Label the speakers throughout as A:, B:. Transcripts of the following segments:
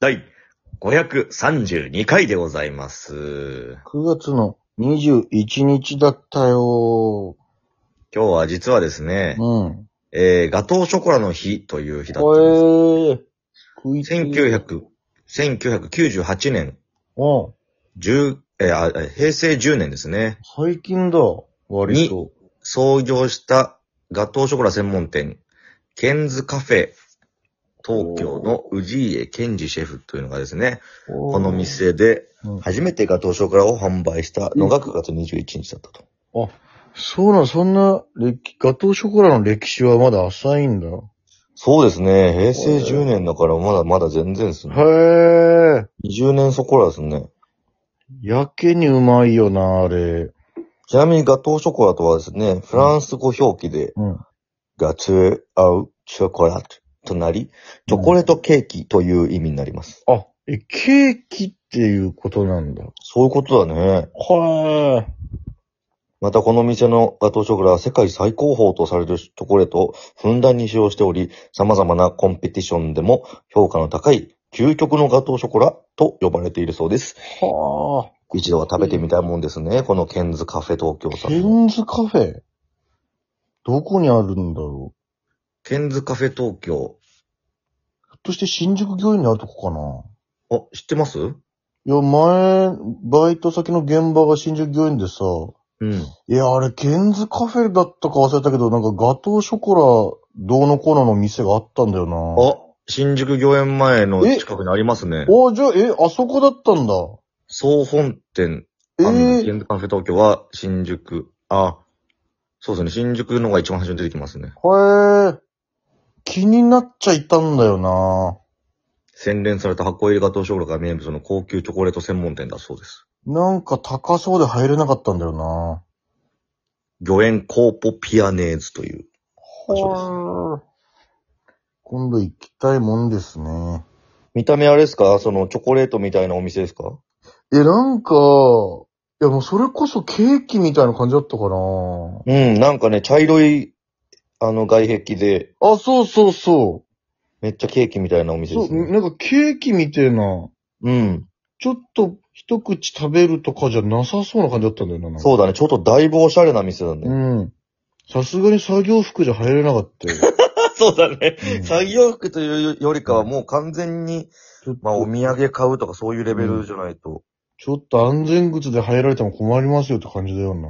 A: 第532回でございます。
B: 9月の21日だったよ。
A: 今日は実はですね、
B: うん。
A: えー、ガトーショコラの日という日だったんで
B: ほえー。食い
A: す。
B: つい
A: 1900 1998年、
B: うん。
A: 10えーあえー平成10年ですね、
B: 最近だ。割と。
A: 創業したガトーショコラ専門店、ケンズカフェ、東京の氏家健二シェフというのがですね、こ
B: こ
A: の。店で
B: うん
A: 初めてガトーショコラを販売したのが9月21日だったと。
B: そうなん、そんな、歴、ガトーショコラの歴史はまだ浅いんだ。へ
A: そうですね。平成10年だからまだまだ全然ですね。
B: え。
A: 20年そこらですね。
B: やけにうまいよな、あれ。
A: ちなみにガトーショコラとはですね、フランス語表記で
B: うん。
A: ガトゥーアウショコラとなり、チョコレートケーキという意味になります。
B: あ、え、ケーキっていうことなんだ。
A: そういうことだね。
B: は
A: またこの店のガトーショコラは世界最高峰とされるチョコレートをふんだんに使用しており、様々なコンペティションでも評価の高い究極のガトーショコラと呼ばれているそうです。
B: ー。はあ。
A: 一度は食べてみたいもんですね。このケンズカフェ東京さ
B: ケ
A: ん。
B: ンズカフェどこにあるんだろう
A: ケンズカフェ東京。
B: ひょっとして新宿御苑にあるとこかな
A: あ、知ってますう
B: いや、前、バイト先の現場が新宿御苑でさ、
A: ん。
B: いや、あれ、ケンズカフェだったか忘れたけど、なんかガトーショコラ、どうのこうのの店があったんだよな。
A: あ、新宿御苑前の
B: え
A: 近くにありますね。
B: おじゃあ、え、あそこだったんだ。
A: 総本店、
B: え
A: ケ
B: ー、
A: ンズカフェ東京は新宿。あ、そうですね。新宿のが一番最初に出てきますね。
B: はえー、気になっちゃいたんだよな。
A: 洗練された箱入りガトーショコラが名物の高級チョコレート専門店だそうです。
B: なんか高そうで入れなかったんだよな。
A: 御苑コーポピアネーズという。場所です
B: はー今度行きたいもんですね。
A: 見た目あれですかそのチョコレートみたいなお店ですか
B: え、なんか、いやもうそれこそケーキみたいな感じだったか
A: う
B: な
A: ん、なんかね、茶色い、あの外壁で、
B: あ、そうそうそ
A: めっちゃケーキみたいなお
B: う。
A: 店
B: そ
A: で
B: う、
A: すね。
B: なんかケーキみたいな、
A: うん。
B: ちょっと一口食べるとかじゃなさそうな感じだったんだよな。なんか
A: そうだね。ちょっとだいぶおしゃれな店だね。
B: うん。さすがに作業服じゃ入れなかったよ。
A: そうだね。
B: うん
A: 作業服というよりかはもう完全に、
B: ちょっと、
A: まあお土産買うとかそういうレベルじゃないと。
B: ちょっと安全靴で入られても困りますよって感じだよな。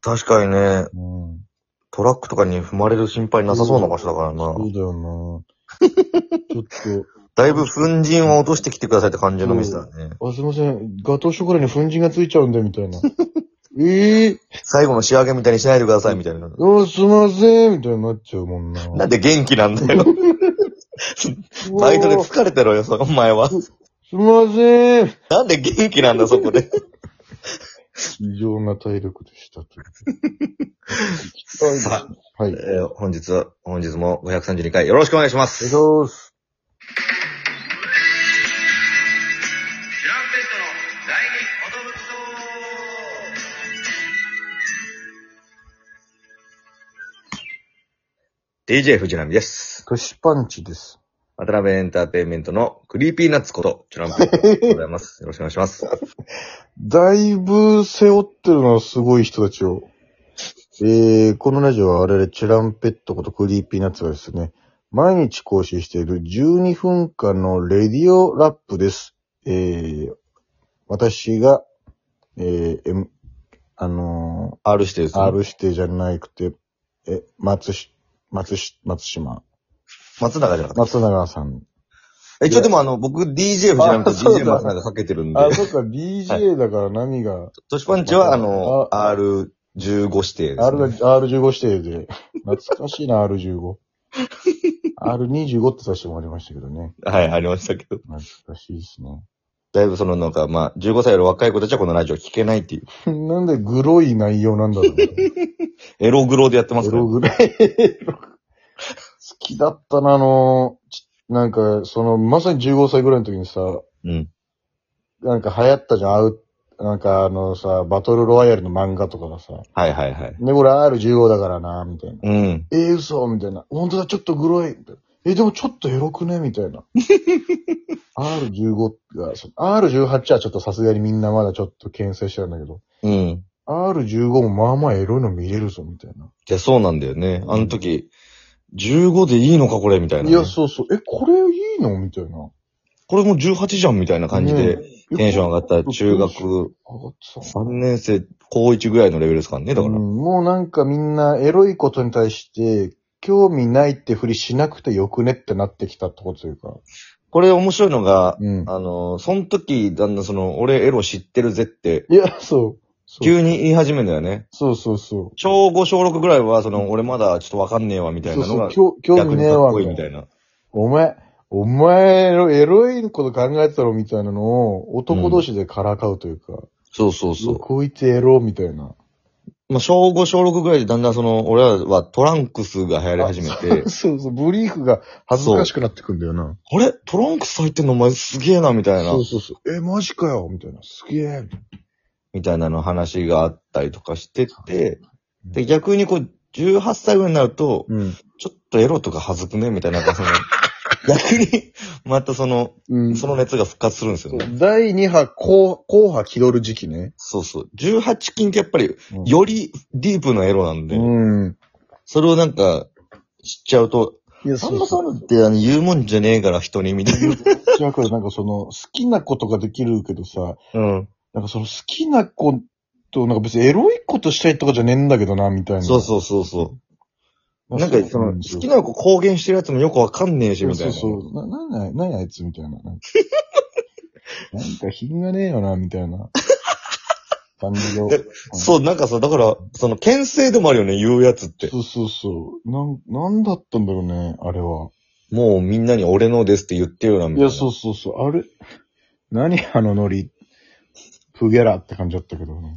A: 確かにね、
B: うん。
A: トラックとかに踏まれる心配なさそうな場所だからな。
B: そうだよな。 ちょっと。
A: だいぶ粉塵を落としてきてくださいって感じの店だね。
B: あ、すいません。ガトーショコラに粉塵がついちゃうんで、みた いな。ええ
A: 最後の仕上げみたいにしないでくださいみたいな。
B: ー、あ、すいません、みたいになっちゃうもんな。
A: なんで元気なんだよ。バイトで
B: うわー
A: 疲れてろよ、そお前は。
B: すいません。
A: なんで元気なんだ、そこで。
B: 異常な体力でしたという。
A: さ
B: はい。
A: え
B: お
A: ー
B: 願
A: 本日は、本日も532回よろしくお願いします。
B: いします。
A: チランペットの第二音武装 DJ 藤波です。
B: トシパンチです。
A: 渡辺エンターテインメントのクリーピーナッツこと、チュランペットでござい ます。よろしくお願いします。
B: だいぶ背負ってるのはすごい人たちを。えー、このラジオは我々チェランペットことクリーピーナッツがですね、毎日更新している12分間のレディオラップです。えー、私が、えー、M、あのー
A: R してですね。
B: R 指定じゃなくて、え、松し、松し、松島、
A: 松永じゃなかっ
B: 松永さん。
A: た。一応でもあの、僕 DJ 藤波と
B: あそう
A: DJ
B: だ
A: 松永かけてるんで、
B: あ、そっか、BJ だから波が、
A: トシパンチはあの、
B: あ
A: R15 指定です、
B: R が
A: ね。
B: R15 指定で、懐かしいな、R15。R25 ってさせてもらいましたけどね。
A: はい、ありましたけど。
B: 懐かしいですね。
A: だいぶそのなんか、まあ、15歳より若い子たちはこのラジオ聞けないっていう。
B: なんでグロい内容なんだろうね。
A: エログロでやってます
B: エ
A: から
B: ロ
A: ね。
B: ぐらい。好きだったな、あの、ちなんか、その、まさに15歳ぐらいの時にさ、
A: うん。
B: なんか流行ったじゃん、アウなんかあのさ、バトルロワイヤルの漫画とかがさ、
A: はいはいはい。
B: で、これ R15 だからな、みたいな。
A: うん。
B: えー、嘘みたいな。本当だ、ちょっとグロい。みたいなええ、でもちょっとエロくねみた いな。R15 が、そ R18 はちょっとさすがにみんなまだちょっと牽制してたんだけど、
A: うん。
B: R15 もまあまあエロいの見れるぞ、みたいな。
A: いや、そうなんだよね。あの時、15でいいのか、これ、みたいなね、
B: いや、そうそう。え、これいいのみたいな。
A: これもう18じゃん、みたいな感じで、テンション上がった中学
B: 上がってた
A: 3年生、高1ぐらいのレベルですからね、だから。
B: うんもうなんかみんなエロいことに対して、興味ないってふりしなくてよくねってなってきたってことというか。
A: これ面白いのが、
B: うん。
A: あの、その時、だんだんその、俺エロ知ってるぜって、
B: いや、そう。そう
A: 急に言い始めるんだよね。
B: そうそうそう。
A: 小5、小6ぐらいは、その、俺まだちょっとわかんねえわ、みたい
B: そう
A: なの
B: そ
A: が
B: う、、興興
A: 逆
B: 味
A: に
B: ねえ
A: かっ
B: わ
A: こいい
B: み
A: み
B: たい
A: た
B: な。
A: いな。
B: お前、お前のエロいこと考えてたろみたいなのを男同士でからかうというか、
A: そうそう
B: う
A: そ
B: わ
A: う。
B: こいつエロみたいな。
A: まあ、小5、小6ぐらいでだんだんその、俺らはトランクスが流行り始めて、
B: そうそう、ブリーフが恥ずかしくなってくんだよな。
A: あれトランクス入ってんのお前すげえな、みたいな
B: そ、うそうそう。え、マジかよみたいな。すげえ。
A: みたいなの話があったりとかしてて、で、逆にこう、18歳ぐらいになると、
B: うん。
A: ちょっとエロとか恥ずくねみたいな、なんかそ の、逆に、またその、
B: うん。
A: その熱が復活するんですよね。
B: 第2波、後、後波気取る時期ね。
A: そうそう。18禁ってやっぱり、
B: うん
A: よりディープなエロなんで、
B: うん。
A: それをなんか、知っちゃうと、
B: いや、
A: そ
B: そ
A: ん
B: ん
A: な
B: な
A: そ
B: そう
A: いうのってあの言うもんじゃねえから、人に、みたいな。
B: う。違うから、なんかその、好きなことができるけどさ、
A: うん。
B: なんかその好きなこと、なんか別にエロいことしたいとかじゃねえんだけどな、みたいな。
A: そうそうそうそう。なんか、その、好き
B: な
A: な子公言してるやつもよくわかんねえし、
B: そう
A: みたい
B: そう
A: な。
B: そう。な、なんだ、なんやあいつみたい な。なんかなんか品がねえよな、みたいな。感じが。
A: でそう、なんかさ、だから、その、牽制でもあるよね、言うやつって。
B: そうそうそう。なん、なんだったんだろうね、あれは。
A: もうみんなに俺のですって言ってるよな、み
B: い
A: たいな。
B: や、そうそうそう。あれ、何あのノリ、プギャラって感じだったけどな。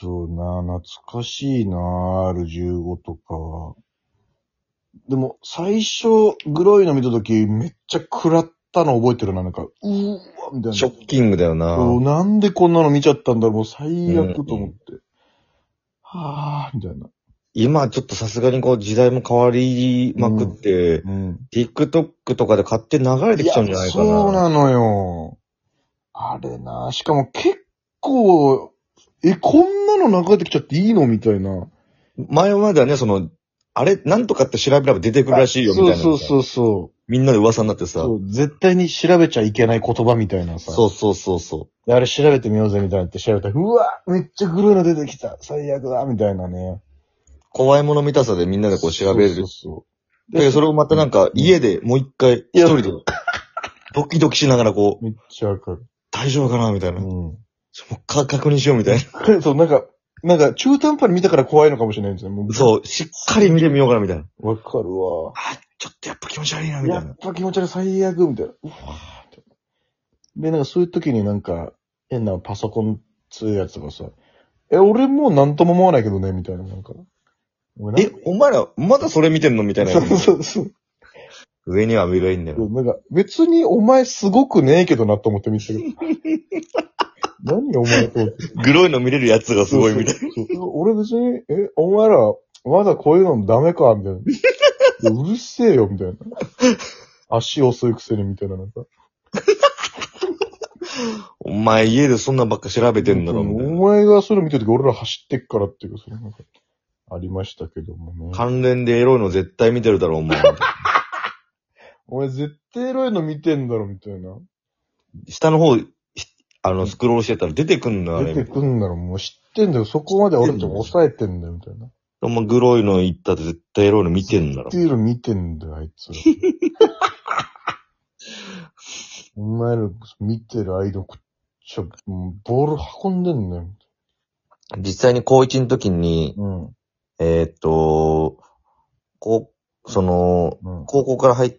B: そうな、懐かしいな、R15 とかは。でも、最初、グロいの見たとき、めっちゃ食らったの覚えてるな、なんか、うーわ、みたいな。
A: ショッキングだよな。
B: そうなんでこんなの見ちゃったんだろう、もう最悪と思って。はぁ、みたいな。
A: 今ちょっとさすがにこう時代も変わりまくって、
B: うん。
A: TikTok とかで勝手に流れてきちゃうんじゃないかな。
B: いやそうなのよ。あれな、しかも結構、え、こんなの流れてきちゃっていいのみたいな。
A: 前まではね、その、あれ、なんとかって調べれば出てくるらしいよみたいな。
B: そうそうそうそう
A: みんなで噂になってさ。
B: そう。絶対に調べちゃいけない言葉みたいなさ。
A: そうそうそうそう。
B: であれ調べてみようぜみたいなって調べたら、うわめっちゃグルーの出てきた最悪だみたいなね。
A: 怖いもの見たさでみんなでこう調べる。
B: そうそうそう
A: だけどそれをまたなんか家でもう一回一
B: や
A: 人でドキドキしながらこう、
B: めっちゃわかる。
A: 大丈夫かなみたいな。も
B: うん。
A: う一回確認しようみたいな。
B: そう、なん か、なんか中途半端に見たから怖いのかもしれないんですよ。もう
A: そう、しっかり見てみようかなみたいな。
B: う。わかるわ。
A: ちょっとやっぱ気持ち悪いなみた
B: や
A: いな
B: っ。ぱ気持ち悪い、最悪、みたいな。うわーってで、なんかそういう時になんか、変なパソコン通やつがさ、え、俺もうなんとも思わないけどね、みたいな、なんか。俺
A: え、お前ら、まだそれ見てんのみたい
B: なん
A: な。
B: そうそうそう。
A: 上には上がいいんだよ。
B: なんか、別にお前すごくねえけどなと思って見てたけど。 何お前と。
A: グロいの見れるやつがすごいみたい
B: な。そうそう俺別に、え、お前ら、まだこういうのダメか、みたいないや。うるせえよ、みたいな。足遅いくせに、みたいな、なんか。
A: な。お前家でそんなんばっか調べてんだろ、
B: うん
A: みたいな。
B: お前がそれ見てるとき俺ら走ってっからっていうか、それなんか、ありましたけどもね。
A: 関連でエロいの絶対見てるだろ、お 前。
B: お前絶対エロいの見てんだろ、みたいな。
A: 下の方、ひあの、スクロールしてたら出てくんの、あ
B: 出て
A: れ。
B: くんだろ、もう知ってんだよ。そこまで俺たちも抑えてんだよ、みたいな。
A: お前グロいの言ったって絶対エロいの見てんだろ
B: 知っ。てる見てんだよ、あい つら。お前ら見てる間、こっちは、もうボール運んでんだよ。
A: 実際に高一の時に、
B: うん。う
A: えーっと、こう、その、
B: ん。
A: 高校から入っ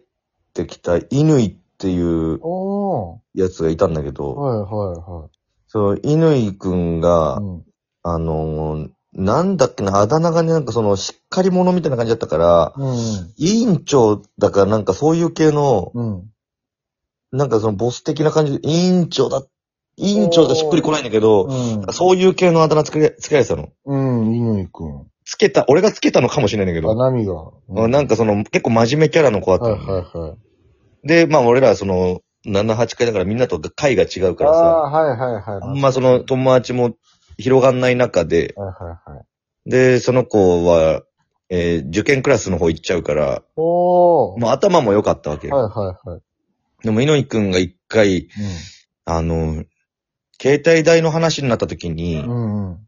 A: てきた犬っていう
B: おー。
A: やつがいたんだけど、
B: はいは
A: その犬くん
B: い
A: が、
B: はい。うん。
A: あのーなんだっけな、あだ名がね、なんかその、しっかり者みたいな感じだったから、
B: うん。
A: 委員長だからなんかそういう系の、
B: うん。
A: なんかそのボス的な感じで、委員長だ、委員長がしっくりこないんだけど、
B: うん。
A: そういう系のあだ名つけ、つけられてたの。
B: うん、犬くん。
A: つけた、俺がつけたのかもしれないんだけど、
B: 花見が。
A: まあなんかその、結構真面目キャラの子だった
B: はい
A: の、
B: はいはい。
A: で、まあ俺らその、7、8回だからみんなと回が違うからさ、
B: ああー、はいはいはい。
A: あんまその友達も広がんない中で、
B: はいはいはい。
A: で、その子は、えー受験クラスの方行っちゃうから、
B: おー。
A: まあ頭も良かったわけよ。
B: はいはいはい。
A: でも、猪木くんが一回、あの、携帯代の話になった時に、
B: うん。うんうん。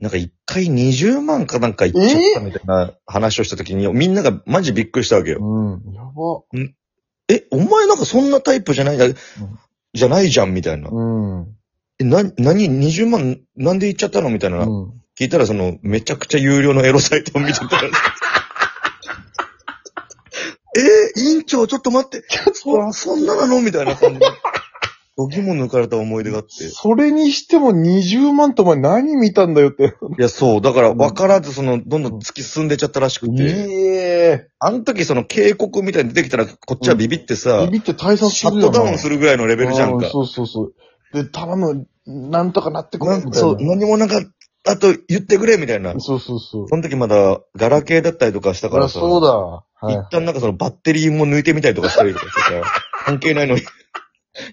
A: なんか一回20万かなんかいっちゃったみたいな話をした時に、みんながマジびっくりしたわけよ。
B: うん。やば。
A: え、お前なんかそんなタイプじゃない、じゃないじゃんみたいな。
B: うん。うん。
A: え、な、何 ?20 万なんでいっちゃったのみたいな。聞いたらその、めちゃくちゃ有料のエロサイトを見てたら。 えー、委員長ちょっと待って、そ、そんななのみたいな感じ で。度肝抜かれた思い出があって。
B: それにしても20万とお前何見たんだよって。
A: いや、そう。だから、分からず、その、どんどん突き進んでちゃったらしくて、
B: え
A: あの時、その、警告みたいに出てきたら、こっちはビビってさ、
B: ビビって退散す
A: シャッ
B: るよ
A: ト
B: な
A: ダウンするぐらいのレベルじゃん
B: う
A: か。
B: そうそうそう。で、頼む、なんとかなってく
A: な
B: れ
A: ん
B: みたいな。
A: そう、何もなんか、あと、言ってくれ、みたいな。
B: そうそうそう。
A: その時まだ、ガラケーだったりとかしたから
B: あ
A: さ、
B: そうだわ。はい。
A: 一旦なんかその、バッテリーも抜いてみたりとかしたりとかしてさ、 関係ないのに、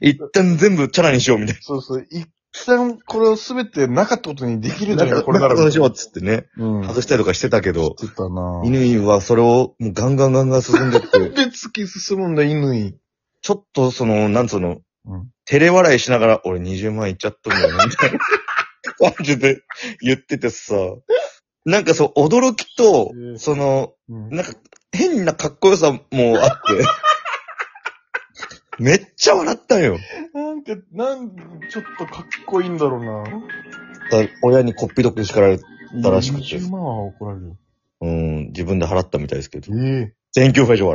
A: 一旦全部チャラにしよう、みたい
B: そうそう。一旦これをすべてなかったことにできるじ
A: な。
B: ゃ
A: なん
B: ん、
A: か、
B: これ
A: な
B: なんら。
A: かそうしよ
B: う
A: う、つってね、
B: ん。
A: 外したりとかしてたけど、
B: してたなぁ。
A: 犬はそれを、もうガンガンガンガン進んで って、
B: で突き進むんだ、犬に。
A: ちょっとその、なんつうの、
B: うん
A: 照れ笑いしながら、俺20万いっちゃったんだよね、みたいな感じで言っててさ、なんかそう、驚きと
B: う、ん
A: その、
B: うん
A: なんか、変なかっこよさもあって、 めっちゃ笑ったよ。
B: なんか、なん、ちょっとかっこいいんだろうな
A: 親にこっぴどく叱られ、だらしくて
B: 20万は怒られるよ。
A: うん、自分で払ったみたいですけど
B: え、え
A: 全級会場